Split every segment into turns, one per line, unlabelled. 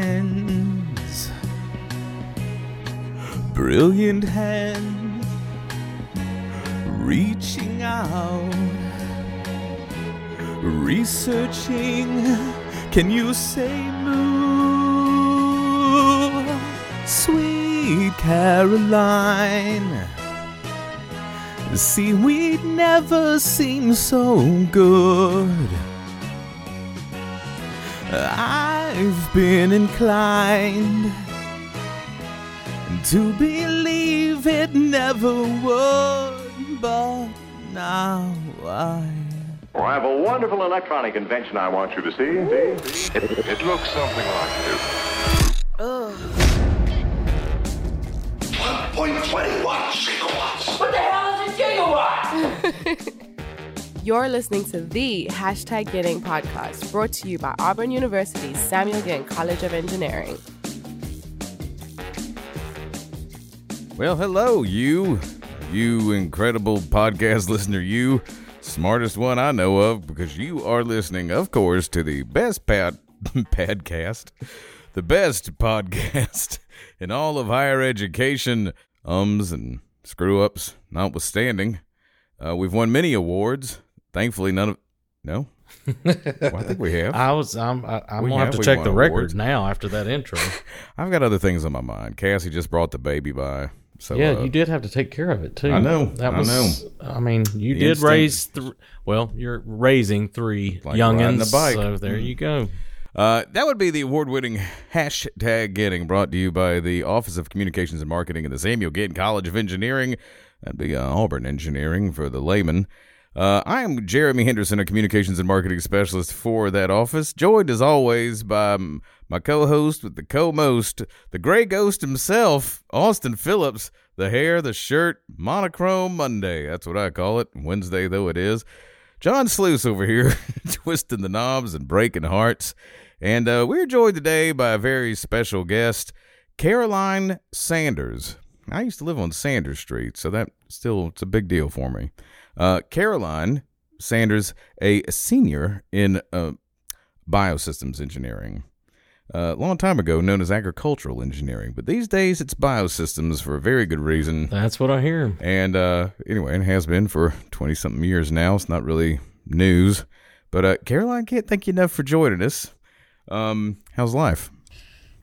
hands, brilliant hands, reaching out, researching. Can you say move, sweet Caroline? Seaweed never seems so good. I've been inclined to believe it never would, but now I.
Well, Oh, I have a wonderful electronic invention I want you to see. see, see. It, it looks something like this.
1.21 gigawatts.
What the hell is a gigawatt?
You're listening to the hashtag Getting podcast, brought to you by Auburn University's Samuel Ginn College of Engineering.
Well, hello, you. You incredible podcast listener, you. Smartest one I know of, because you are listening, of course, to the best pad, podcast, the best podcast in all of higher education, ums and screw ups notwithstanding. Uh, we've won many awards. Thankfully, none of. No? Well, I think we have.
I was I'm I, I'm
We
gonna have
have-
to
we
check
won
the
awards.
records now after that intro.
I've got other things on my mind. Cassie just brought the baby by. So,
yeah,
uh,
you did have to take care of it too.
I know,
that
I
was. I mean, you did
instinct.
raise. Th- well, you're raising three
Like riding
youngins.
a bike.
So there you go.
Uh, that would be the award-winning hashtag getting brought to you by the Office of Communications and Marketing and the Samuel Ginn College of Engineering. That'd be uh, Auburn Engineering for the layman. Uh, I am Jeremy Henderson, a communications and marketing specialist for that office, joined as always by um, my co-host with the co-most, the Gray Ghost himself, Austin Phillips. The hair, the shirt, monochrome Monday. That's what I call it. Wednesday though it is. John Sluice over here, twisting the knobs and breaking hearts. And uh, we're joined today by a very special guest, Caroline Sanders. I used to live on Sanders Street, so that still it's a big deal for me. Uh, Caroline Sanders, a senior in uh, biosystems engineering. Uh, a long time ago, known as agricultural engineering, but these days it's biosystems for a very good reason.
That's what I hear.
And uh, anyway, it has been for 20 something years now. It's not really news. But uh, Caroline, can't thank you enough for joining us. Um, how's life?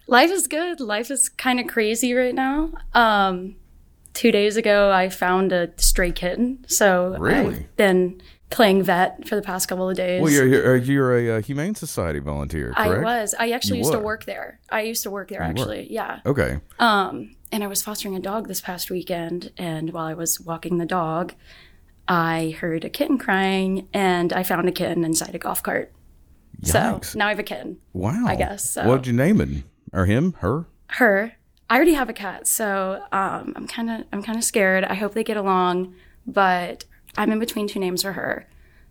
Life is good. Life is kind of crazy right now. Um, two days ago, I found a stray kitten. So
Really?
I've been playing vet for the past couple of days.
Well, you're, you're, you're a uh, Humane Society volunteer,
I
correct?
was. I actually
You
used to
were.
work there. I used to work there,
You were.
actually. Yeah.
Okay.
Um, and I was fostering a dog this past weekend. And while I was walking the dog, I heard a kitten crying and I found a kitten inside a golf cart.
Yikes.
So now I have a kitten.
wow.
I guess so.
What did you name him? Or him? Her?
her. I already have a cat, so um, I'm kind of I'm kind of scared. I hope they get along, but I'm in between two names for her.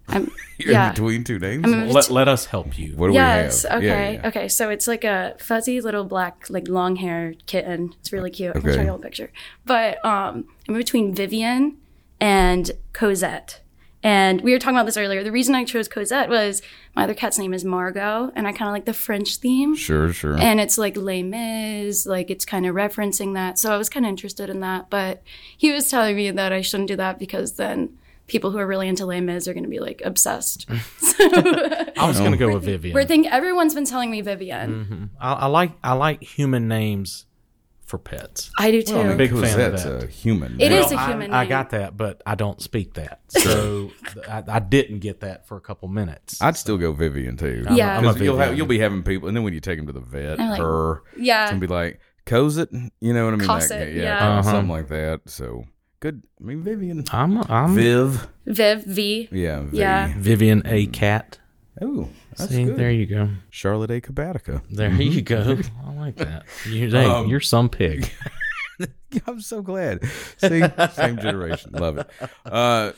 I'm
You're
yeah.
in between two names?
I'm in
Let
between.
let us help you.
what do
Yes.
we have?
Okay.
Yeah, yeah, yeah.
Okay. So it's like a fuzzy little black, like long hair kitten. It's really cute. I can show
Okay.
you a little picture. But um, I'm in between Vivian and Cosette. And we were talking about this earlier. The reason I chose Cosette was my other cat's name is Margot, and I kind of like the French theme
Sure, sure.
and it's like Les Mis, like it's kind of referencing that. So I was kind of interested in that, but he was telling me that I shouldn't do that because then people who are really into Les Mis are going to be like obsessed.
Mm-hmm.
so
I was gonna go with Vivian.
we're thinking everyone's been telling me Vivian.
Mm-hmm.
I, I like I like human names for pets.
I do too.
Well, I mean,
Big fan of
Cosette's
that.
a human.
It
name.
is a
I-
human
I,
name.
got that, but I don't speak that, so I, I didn't get that for a couple minutes.
I'd still go Vivian, too.
Yeah. I'm a
'Cause you'll,
Vivian.
have, you'll be having people, and then when you take them to the vet,
I'm like-
her,
yeah.
It's gonna be like Cosette, you know what I mean? Like,
Cosette,
yeah,
Uh, yeah.
kinda
Uh-huh.
something like that. So good. I mean, Vivian,
I'm I'm
Viv,
Viv, V.
yeah, v.
Yeah.
Vivian A. Cat.
Oh, that's
See,
good.
there you go.
Charlotte A. Cabatica.
There you go. I like that. You, dang,
Mm-hmm. Um,
you're some pig.
I'm so glad. See, same generation. Love it. Uh,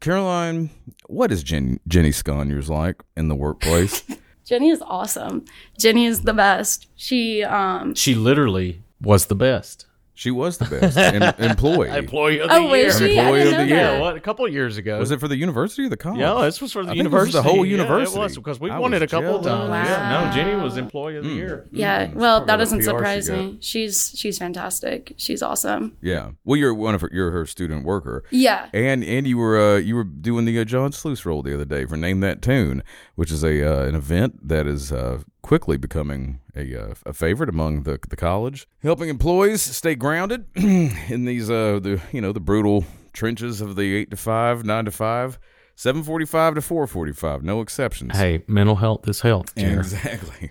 Caroline, what is Jen, Jenny Sconyers like in the workplace?
Jenny is awesome. Jenny is the best. She, um,
She literally was the best.
She was the best em- employee.
Employee of the
Oh,
year.
was she? I
Employee
didn't
of the
know
year.
that.
Yeah, what? A couple of years ago.
Was it for the university or the college?
Yeah, this was for the
I think it was
university.
the whole
Yeah,
university.
it was because we
I
won
was
it a couple of
jealous. Hmm.
times. Yeah,
Wow.
no, Jenny was employee of the year.
Mm-hmm.
Yeah. Well, that
what
doesn't
PR she
surprise
got.
me. She's she's fantastic. She's awesome.
Yeah. Well, you're one of her, you're her student worker.
Yeah.
And and you were uh, you were doing the uh, John Sluice role the other day for Name That Tune, which is a uh, an event that is uh, quickly becoming a, uh, a favorite among the the college, helping employees stay grounded in these uh the you know the brutal trenches of the eight to five, nine to five, seven forty five to four forty five, no exceptions.
Hey, mental health is health. Jer.
Exactly.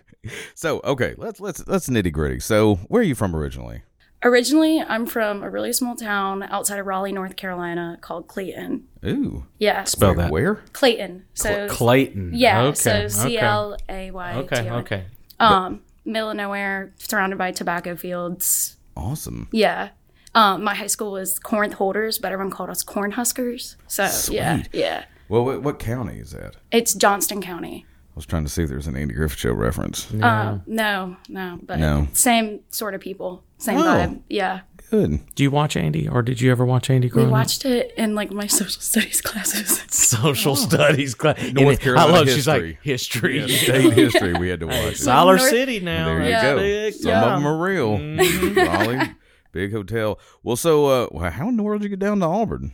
So okay, let's let's let's nitty gritty. So where are you from originally?
Originally, I'm from a really small town outside of Raleigh, North Carolina, called Clayton.
Ooh,
Yeah.
Spell that.
where?
Clayton. So
Clayton.
yeah.
Okay.
So C
okay.
L A Y.
Okay. Okay.
Um, middle of nowhere, surrounded by tobacco fields.
Awesome.
Yeah. Um, my high school was Corinth Holders, but everyone called us Corn Huskers. So yeah, yeah.
Well, what, what county is that?
It's Johnston County.
I was trying to see if there was an Andy Griffith Show reference.
Uh, no, no, but
No.
same sort of people, same
Oh.
vibe. Yeah,
Good.
Do you watch Andy, or did you ever watch Andy?
we
Growing up?
watched it in like my social studies classes.
social studies class.
North
And
Carolina
I love. She's
history.
like history.
State history we had to watch. it.
Dollar
North-
City now.
there you
Yeah.
go. Some of them are real. Raleigh, big hotel. Well, so uh, well, how in the world did you get down to Auburn?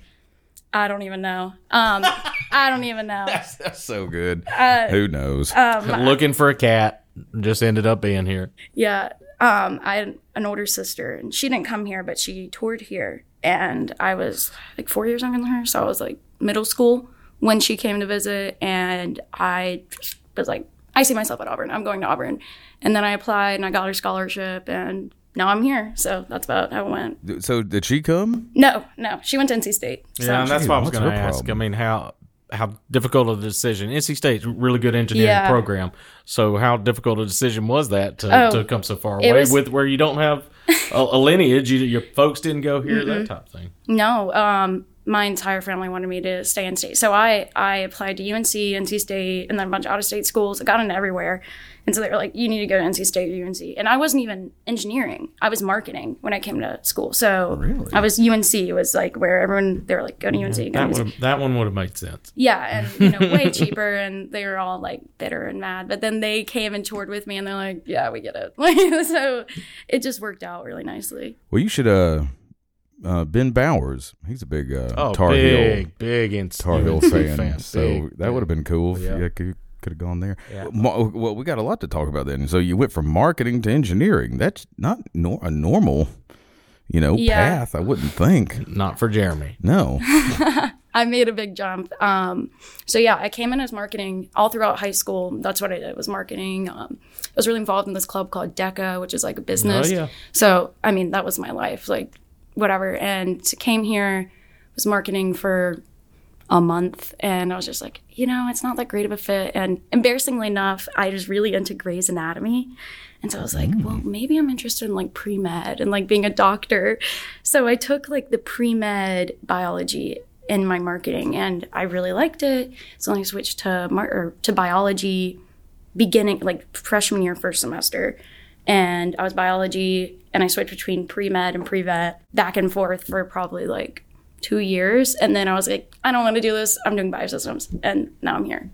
I don't even know. Um, I don't even know.
That's so good. Who knows?
Looking for a cat. Just ended up being here.
Yeah. Um, I had an older sister, and she didn't come here, but she toured here, and I was like four years younger than her, so I was like middle school when she came to visit, and I was like, I see myself at Auburn. I'm going to Auburn, and then I applied and I got her scholarship, and now I'm here. So that's about how it went.
so did she come?
No, no, she went to NC State. So.
Yeah, and that's why I was
what's
going to
her
ask. I
problem?
mean, how how difficult of a decision? NC State's a really good engineering
Yeah.
program. So how difficult a decision was that to,
Oh,
to come so far
it
away
was-
with where you don't have a, a lineage? You, your folks didn't go here, that type of thing.
No, um, my entire family wanted me to stay in state. So I, I applied to UNC, NC State, and then a bunch of out of state schools. I got in everywhere. And so they were like, you need to go to NC State or UNC. And I wasn't even engineering, I was marketing when I came to school. So I was UNC, was like where everyone, they were like, go to UNC. Go
That
to UNC.
would that one would have made sense.
Yeah, and you know, way cheaper, and they were all like bitter and mad. But then they came and toured with me, and they're like, "Yeah, we get it." Like, so it just worked out really nicely.
Well, you should. Uh, uh, ben Bowers, he's a big uh,
Oh,
Tar Heel
big, big and
Tar Heel fan, so that would have been cool. If
Yeah.
you could, have gone there. Mo- Well, we got a lot to talk about then. So you went from marketing to engineering. That's not nor- a normal, you know,
Yeah.
path. I wouldn't think.
not for Jeremy.
No.
I made a big jump. Um, so yeah, I came in as marketing all throughout high school. That's what I did was marketing. Um, I was really involved in this club called DECA, which is like a business.
yeah.
So I mean, that was my life, like whatever. And came here, was marketing for a month, and I was just like, you know, it's not that great of a fit. And embarrassingly enough, I was really into Grey's Anatomy. And so I was like, well, maybe I'm interested in like pre med and like being a doctor. So I took like the pre med biology in my marketing and I really liked it. So then I switched to, mar- or to biology beginning, like freshman year, first semester. And I was biology and I switched between pre med and pre vet back and forth for probably like two years. And then I was like, I don't want to do this. I'm doing biosystems. And now I'm here.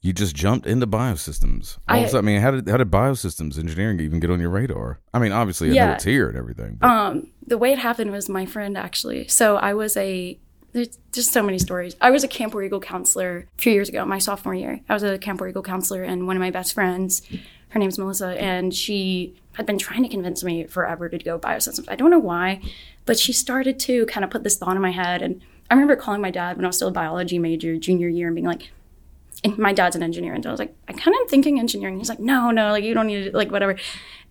You just jumped into biosystems. All of a
I-
sudden, I mean, how did how did biosystems engineering even get on your radar? I mean, obviously, I know
Yeah. Um,
it's here and everything. But
the way it happened was my friend actually. So I was a there's just so many stories. I was a Camp War Eagle counselor a few years ago, my sophomore year. I was a Camp War Eagle counselor, and one of my best friends, her name's Melissa, and she had been trying to convince me forever to go biosystems. I don't know why, but she started to kind of put this thought in my head. And I remember calling my dad when I was still a biology major, junior year, and being like, and my dad's an engineer, and so I was like, I kind of am thinking engineering. He's like, no, no, like you don't need to, like whatever.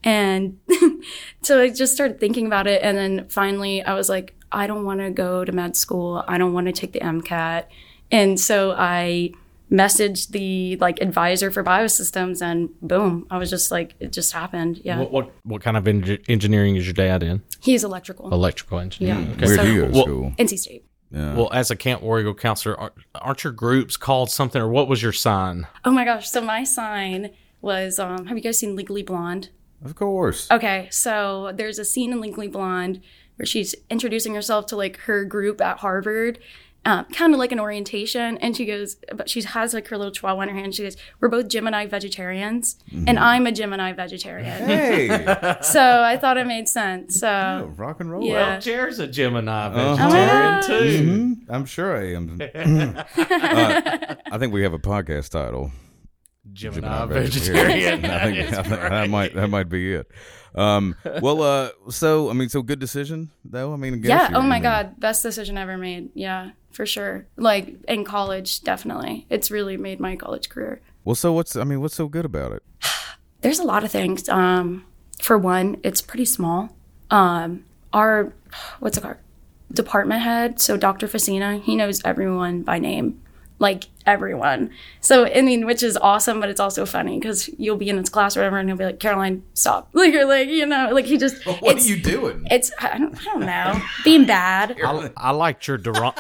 And so I just started thinking about it, and then finally I was like, I don't want to go to med school. I don't want to take the MCAT, and so I messaged the like advisor for biosystems, and boom, I was just like, it just happened. Yeah,
What what, what kind of engi- engineering is your dad in?
he's electrical,
Electrical engineering.
Yeah.
Okay.
where
so-
do you go to
Well-
school?
NC State.
Uh-huh.
Well, as a Camp War Eagle counselor, aren't, aren't your groups called something, or what was your sign?
Oh my gosh! So my sign was, um, have you guys seen Legally Blonde?
Of course.
Okay, so there's a scene in Legally Blonde where she's introducing herself to like her group at Harvard, um, kind of like an orientation, and she goes, but she has like her little chihuahua in her hand. She goes, "We're both Gemini vegetarians, and I'm a Gemini vegetarian."
Hey, oh,
so I thought it made sense. So
rock and roll.
Yeah.
Jer's a Gemini
Uh-huh.
vegetarian too.
Mhm. I'm sure I am. Uh, I think we have a podcast title.
Gemini,
Gemini
vegetarian.
I think, I think that might that might be it. Um, well, uh, so I mean, so good decision though. I mean, I guess
yeah,
you-
oh
I
my
mean,
god, best decision ever made. Yeah, for sure. Like in college, definitely, it's really made my college career.
Well, so what's I mean, what's so good about it?
there's a lot of things. Um, for one, it's pretty small. Um, our what's it called? Department head, so Dr. Facina, he knows everyone by name, like everyone. So I mean, which is awesome, but it's also funny because you'll be in his class or whatever, and he'll be like, "Caroline, stop!" Like or like you know, like he just. it's,
doing?
It's I don't, I don't know being bad.
I, I liked your Duran.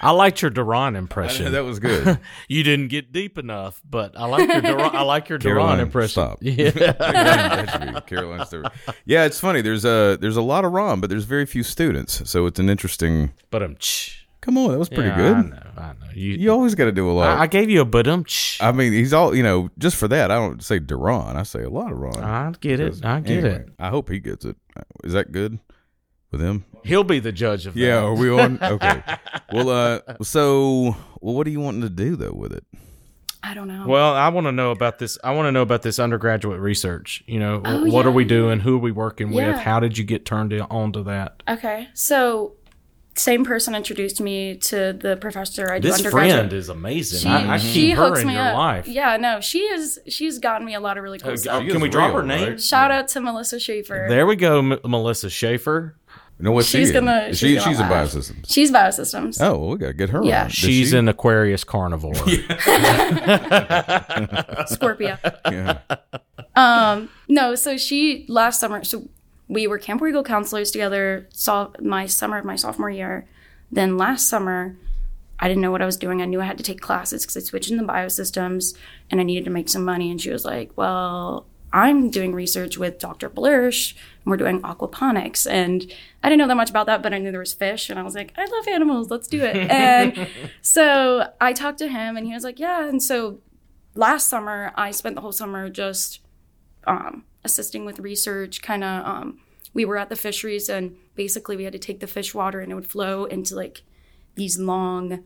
I liked your Duran impression.
That was good.
you didn't get deep enough, but I like your Duran. I like your
Caroline,
Duran impression.
stop.
Yeah.
That should be Caroline Stewart. Yeah, it's funny. There's a there's a lot of ROM, but there's very few students, so it's an interesting.
but um.
Come on, that was pretty
I
good.
know. I know. You.
You always got to do a lot.
I, I gave you a but um.
I mean, he's all you know. Just for that, I don't say Duran. I say a lot of Ron.
I get it. I get
Anyway,
it.
I hope he gets it. Is that good with him?
He'll be the judge of that.
Yeah. Are we on? Okay. well, uh, so well, what are you wanting to do though with it?
I don't know.
Oh. Well, I want to know about this. I want to know about this undergraduate research. You know,
Oh,
what
yeah.
are we doing? Who are we working with?
Yeah.
How did you get turned in- on to that?
Okay, so same person introduced me to the professor I do
This
undergraduate.
friend is amazing.
She,
I, I keep
she
her
hooks
in
me
your
up.
life. Uh,
Yeah, no, she is. She's gotten me a lot of really cool stuff.
She is
Can we drop
real,
her name?
right?
Shout out to Melissa Schaefer.
There we go, M- Melissa Schaefer.
You know what? she
She's
is?
gonna-
She,
she's gonna
she's in
laugh.
biosystems.
She's Biosystems.
Oh, well, we gotta get her.
Yeah.
on. Does
She's
she-
an Aquarius carnivore.
Scorpio. Um,
Yeah.
No, so she last summer. So we were Camp Regal counselors together. Saw my summer of my sophomore year. Then last summer, I didn't know what I was doing. I knew I had to take classes because I switched into biosystems and I needed to make some money. And she was like, Well, I'm doing research with Dr. Blursch and we're doing aquaponics. And I didn't know that much about that, but I knew there was fish. And I was like, I love animals. Let's do it. and so I talked to him and he was like, Yeah. And so last summer, I spent the whole summer just um, assisting with research, kind of. Um, we were at the fisheries and basically we had to take the fish water and it would flow into like these long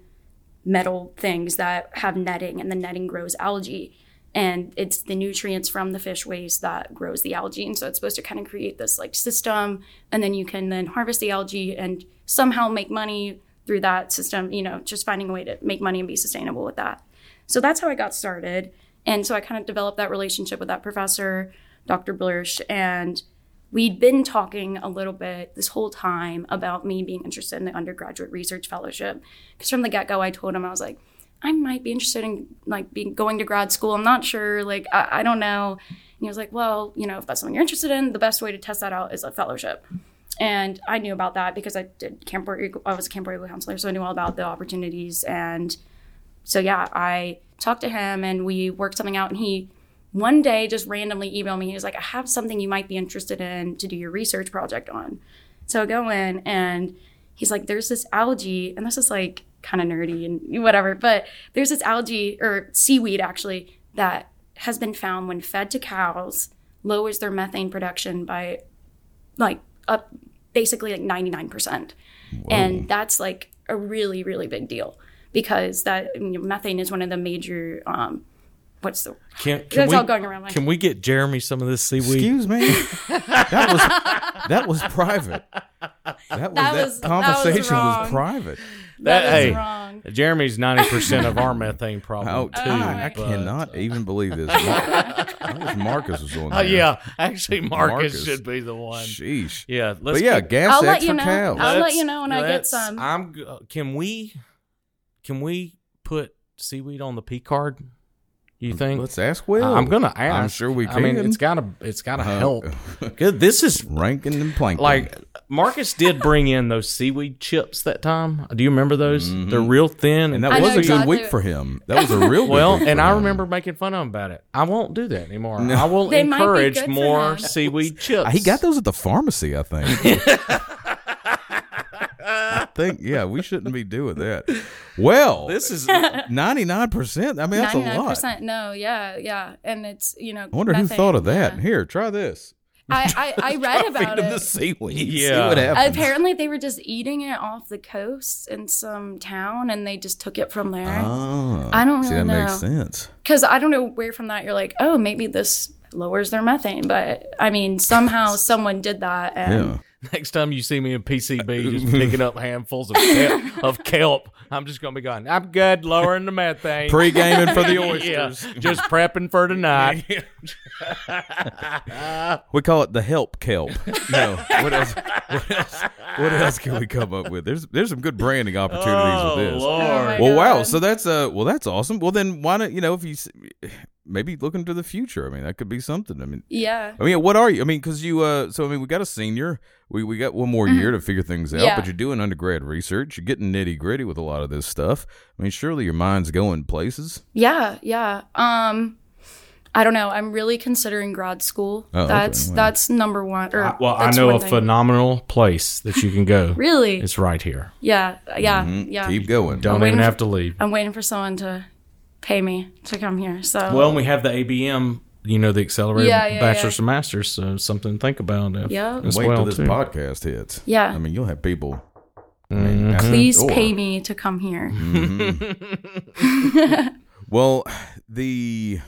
metal things that have netting and the netting grows algae and it's the nutrients from the fish waste that grows the algae and so it's supposed to kind of create this like system and then you can then harvest the algae and somehow make money through that system you know just finding a way to make money and be sustainable with that so that's how i got started and so i kind of developed that relationship with that professor dr blursch and we'd been talking a little bit this whole time about me being interested in the undergraduate research fellowship because from the get-go i told him i was like i might be interested in like being going to grad school i'm not sure like i, I don't know and he was like well you know if that's something you're interested in the best way to test that out is a fellowship and i knew about that because i did camp War Eagle, i was a camp War Eagle counselor so i knew all about the opportunities and so yeah i talked to him and we worked something out and he one day just randomly emailed me. He was like, I have something you might be interested in to do your research project on. So I go in and he's like, There's this algae, and this is like kind of nerdy and whatever, but there's this algae or seaweed actually that has been found when fed to cows lowers their methane production by like up basically like 99%. And that's like a really, really big deal because that you know, methane is one of the major, um, what's the
Can, can
that's
we,
all going around my
Can we get Jeremy some of this seaweed?
Excuse me. that was that was private. That was that,
That was- that was
conversation was,
wrong.
private.
That-
That is
hey,
wrong.
Jeremy's ninety percent of our methane problem
Oh,
too.
God, I
but- uh,
cannot even believe this. Mar- I wish Marcus was on.
Oh
there.
yeah, actually, Marcus,
Marcus.
should be the one.
Sheesh.
Yeah, let's
But yeah,
get-
gas X
I'll let you
for
know.
cows.
I'll let
let's-
you know when I get
let's-
some.
I'm. uh, g- Can we? Can we put seaweed on the P card? You think?
Mm, Let's ask Will.
I- I'm gonna
I'm
ask.
sure we
I mean,
can. Uh,
it's gotta, it's gotta help. Good. This is
Rankin and Plankton.
like Marcus did bring in those seaweed chips that time. Do you remember those? They're real thin,
Mm-hmm. and that
I
was
know
a good
exactly-
week for him. That was a real good
well.
week
And
for
I
him.
remember making fun of him about it. I won't do that anymore. I will
They might be
encourage
good for
more
him.
seaweed chips.
Uh, he got those at the pharmacy. I think. I think yeah, we shouldn't be doing that. Well,
This is
ninety nine percent. I mean, that's a lot. I
99%. No, yeah, yeah. And it's, you know,
wonder who
methane,
thought of that.
yeah.
Here, try this.
I, I, I read about
Feed him the
it.
seaweed. See
Yeah.
what happens.
Apparently, they were just eating it off the coast in some town and they just took it from there.
Oh,
I don't
see,
really
that
know.
makes sense.
Because I don't know where from that you're like, oh, maybe this lowers their methane. But I mean, somehow someone did that. And
Yeah.
next time you see me in PCB just picking up handfuls of kelp, of kelp, I'm just gonna be going. I'm good, lowering the methane.
Pre gaming for the oysters.
Yeah, just prepping for tonight.
We call it the help kelp. No, what else? What else? What else can we come up with? There's there's some good branding opportunities with this.
Oh my
Well, wow.
God.
So that's uh, well, that's awesome. Well, then why not? You know, if you s- maybe looking to the future. I mean, that could be something. I mean,
yeah.
I mean, what are you? I mean, because you. Uh, so I mean, we got a senior. We we got one more year to figure things out.
Mm-hmm. Yeah.
But you're doing undergrad research. You're getting nitty gritty with a lot of this stuff. I mean, surely your mind's going places.
Yeah, yeah. Um, I don't know. I'm really considering grad school.
okay,
that's
wow.
that's number one. Or
Uh, Well, I
that's
know
one
a
thing.
phenomenal place that you can go.
Really? Oh,
It's right here.
yeah, yeah, yeah.
Keep going.
Don't
waiting
even
for-
have to leave.
I'm waiting for someone to pay me to come here. So
Well, and we have the ABM, you know, the accelerated
Yeah, yeah,
bachelor's
yeah.
and master's, so something to think about. If,
Yeah.
as
Wait
well,
till this
too.
podcast hits.
Yeah.
I mean, you'll have people. I
Mm-hmm.
mean, at the
please
door.
pay me to come here.
Well, the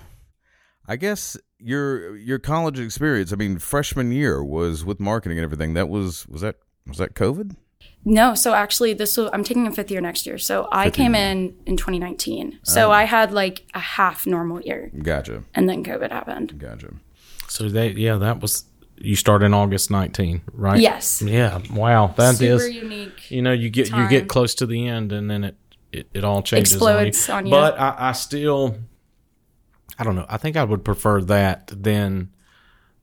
I guess your your college experience. I mean, freshman year was with marketing and everything. That was was that was that COVID?
No, so actually, this will, I'm taking a fifth year next year. So I came in in 2019. So I had like a half normal year,
Gotcha,
and then COVID happened.
gotcha.
So they, yeah, that was you start in August 19, right?
Yes.
Yeah. Wow. that is.
Super unique.
you know you get you
time.
get close to the end and then it it, it all changes
Explodes on you.
but I, I still i don't know i think i would prefer that than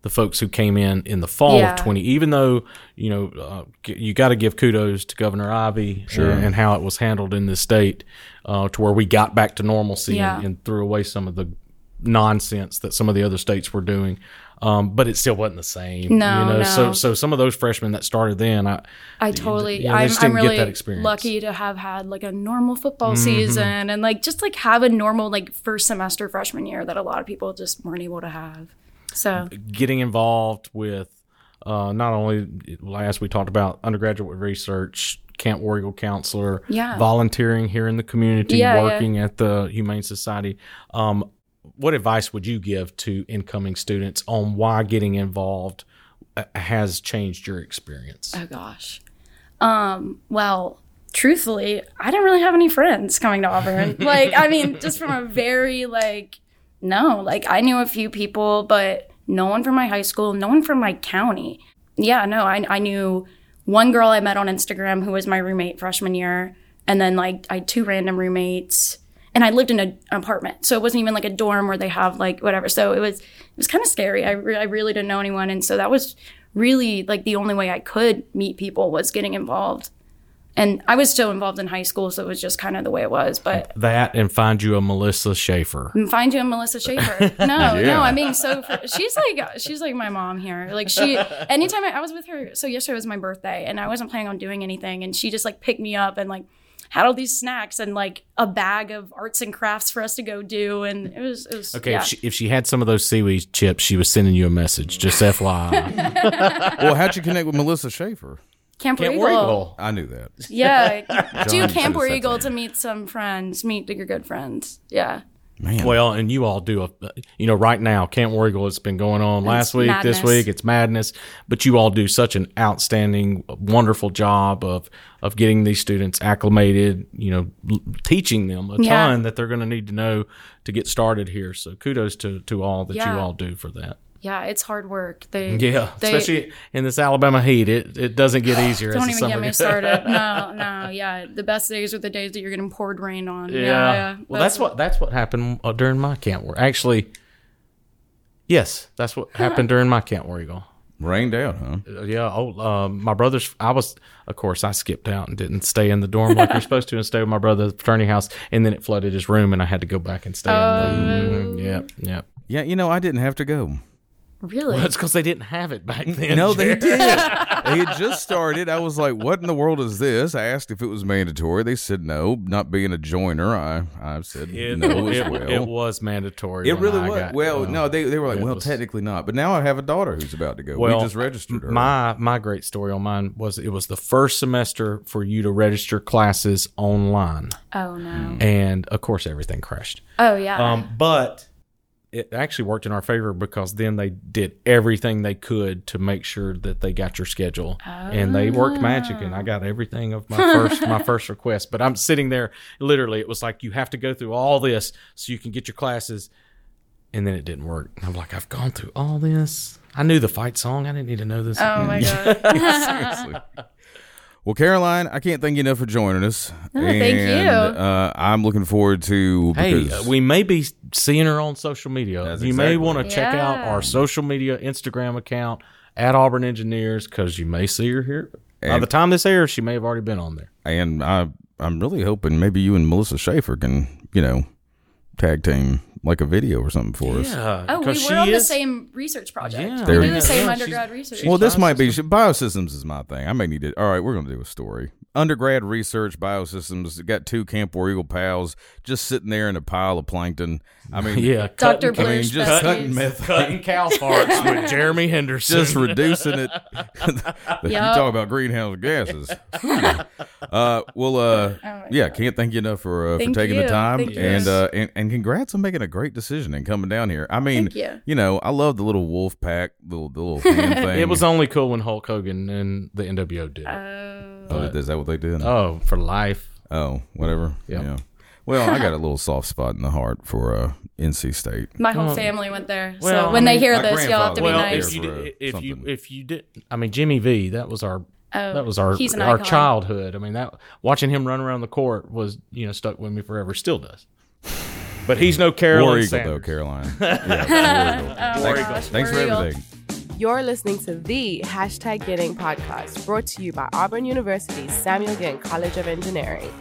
the folks who came in in the fall
Yeah.
of 20 even though you know uh, g- you got to give kudos to governor ivy and, and how it was handled in the state uh, to where we got back to normalcy
Yeah.
and, and threw away some of the nonsense that some of the other states were doing um, but it still wasn't the same
No,
you know so
no.
so some of those freshmen that started then i
I totally.
yeah, they
I'm,
just
I'm
didn't get that
really
experience. Mm-hmm.
lucky to have had like a normal football season and like just like have a normal like first semester freshman year that a lot of people just weren't able to have. So
getting involved with uh, not only last we talked about undergraduate research, Camp Warrior counselor,
Yeah.
volunteering here in the community,
Yeah, yeah.
working at the Humane Society. Um, what advice would you give to incoming students on why getting involved uh, has changed your experience?
oh gosh. Um. Well, truthfully, I didn't really have any friends coming to Auburn. like, I mean, just from a very like no, like I knew a few people, but no one from my high school, no one from my county. Yeah, no, I, I knew one girl I met on Instagram who was my roommate freshman year, and then like I had two random roommates, and I lived in a, an apartment, so it wasn't even like a dorm where they have like whatever. So it was it was kind of scary. I re- I really didn't know anyone, and so that was really like the only way I could meet people was getting involved. And I was still involved in high school, so it was just kind of the way it was. But
That and find you a Melissa Schaefer.
and find you a Melissa Schaefer. No, no, I mean, so for, she's like, she's like my mom here. Like she, anytime I, I was with her, so yesterday was my birthday and I wasn't planning on doing anything. And she just like picked me up and like had all these snacks and like a bag of arts and crafts for us to go do. And it was, it was
Okay,
yeah.
if, she, if she had some of those seaweed chips, she was sending you a message. Just FYI,
Well, how'd you connect with Melissa Schaefer?
Camp, Eagle.
I knew that.
Yeah.
John
do
should've
Camp
said
Eagle
that.
to meet some friends, meet your good friends. Yeah.
Man,
Well, and you all do a, you know, right now, Camp Warrigal, it's been going on last week, this
madness.
week, it's madness, but you all do such an outstanding, wonderful job of of getting these students acclimated, you know, l- teaching them a
Yeah.
ton that they're going to need to know to get started here. So kudos to to all that you
Yeah.
all do for that.
yeah, it's hard work. They
Yeah,
they,
especially in this Alabama heat, it, it doesn't get easier as
Don't
the
even
summer
get me
goes.
started. No, no, yeah. The best days are the days that you're getting poured rain on. Yeah.
Yeah. Well, that's, what that's what happened uh, during my Camp War. Actually, yes, that's what happened during my Camp War Eagle.
Rained out, huh?
Uh, Yeah. Oh, uh, my brother's. I was, of course, I skipped out and didn't stay in the dorm like you're supposed to, and stay with my brother at the fraternity house. And then it flooded his room, and I had to go back and stay. in the, Yep. Yep.
Yeah, you know, I didn't have to go.
Really?
Well, it's because they didn't have it back then.
No, they
Jared.
did. they had just started. I was like, "What in the world is this?" I asked if it was mandatory. They said no. Not being a joiner, I I said
It,
no as
it,
well.
it was mandatory.
It
when
really
I
was.
got- uh,
well, no, they they were like,
it
"Well,
was-
technically not," but now I have a daughter who's about to go. we just registered her.
My my great story on mine was it was the first semester for you to register classes online,
oh
Mm.
no.
and of course everything crashed.
Oh yeah.
Um, but it actually worked in our favor because then they did everything they could to make sure that they got your schedule, and they worked magic, and I got everything of my first my first request. But I'm sitting there, literally, it was like you have to go through all this so you can get your classes, and then it didn't work. And I'm like, I've gone through all this. I knew the fight song. I didn't need to know this.
oh my god.
Seriously. Well, Caroline, I can't thank you enough for joining us.
Oh, thank
And,
you.
Uh, I'm looking forward to.
Hey,
because-
uh, we may be seeing her on social media.
That's
you
exactly
may want to
right.
check out
Yeah.
our social media Instagram account at Auburn Engineers because you may see her here. By
And-
the time this airs, she may have already been on there.
and I I'm really hoping maybe you and Melissa Schaefer can you know tag team like a video or something for us.
Yeah.
Oh, we were on the same research project.
Yeah.
There you
we do
go.
the same
Yeah,
undergrad
she's-
research.
Well, this might be biosystems is my thing. I may need it. All right, we're going to do a story. Undergrad research biosystems. Got two Camp War Eagle pals just sitting there in a pile of plankton. I mean,
Yeah.
Dr.
I mean,
Blair's
just
best
cutting
days.
meth,
Cutting cow farts with Jeremy Henderson.
just reducing it. You
Yup.
talk about greenhouse gases. uh, well, uh,
Oh my
yeah, can't thank you enough for, uh, for
Thank
taking the
you.
time
Thank you.
and, uh, and and congrats on making a great decision and coming down here. I mean,
Thank you.
know, I love the little wolf pack, the little, the little hand thing.
It was only cool when Hulk Hogan and the NWO did it.
Uh,
oh, is that what they did?
oh, for life.
Oh, whatever.
Yep.
Yeah. Well, I got a little soft spot in the heart for uh, NC State.
My whole family went there.
well,
so when
I
they hear
my
this, y'all have to be
grandfather-
nice.
if you did- if
if
you-
you if you did, I mean Jimmy V, that was our
Oh,
that was our
he's an
our
icon.
childhood. I mean that watching him run around the court was you know stuck with me forever, still does. But he's no Carolyn
War Eagle,
Sanders.
though, Caroline.
Oh,
Yeah, War Eagle. thanks thanks for
War Eagle.
everything.
You're listening to the hashtag Getting Podcast, brought to you by Auburn University's Samuel Ginn College of Engineering.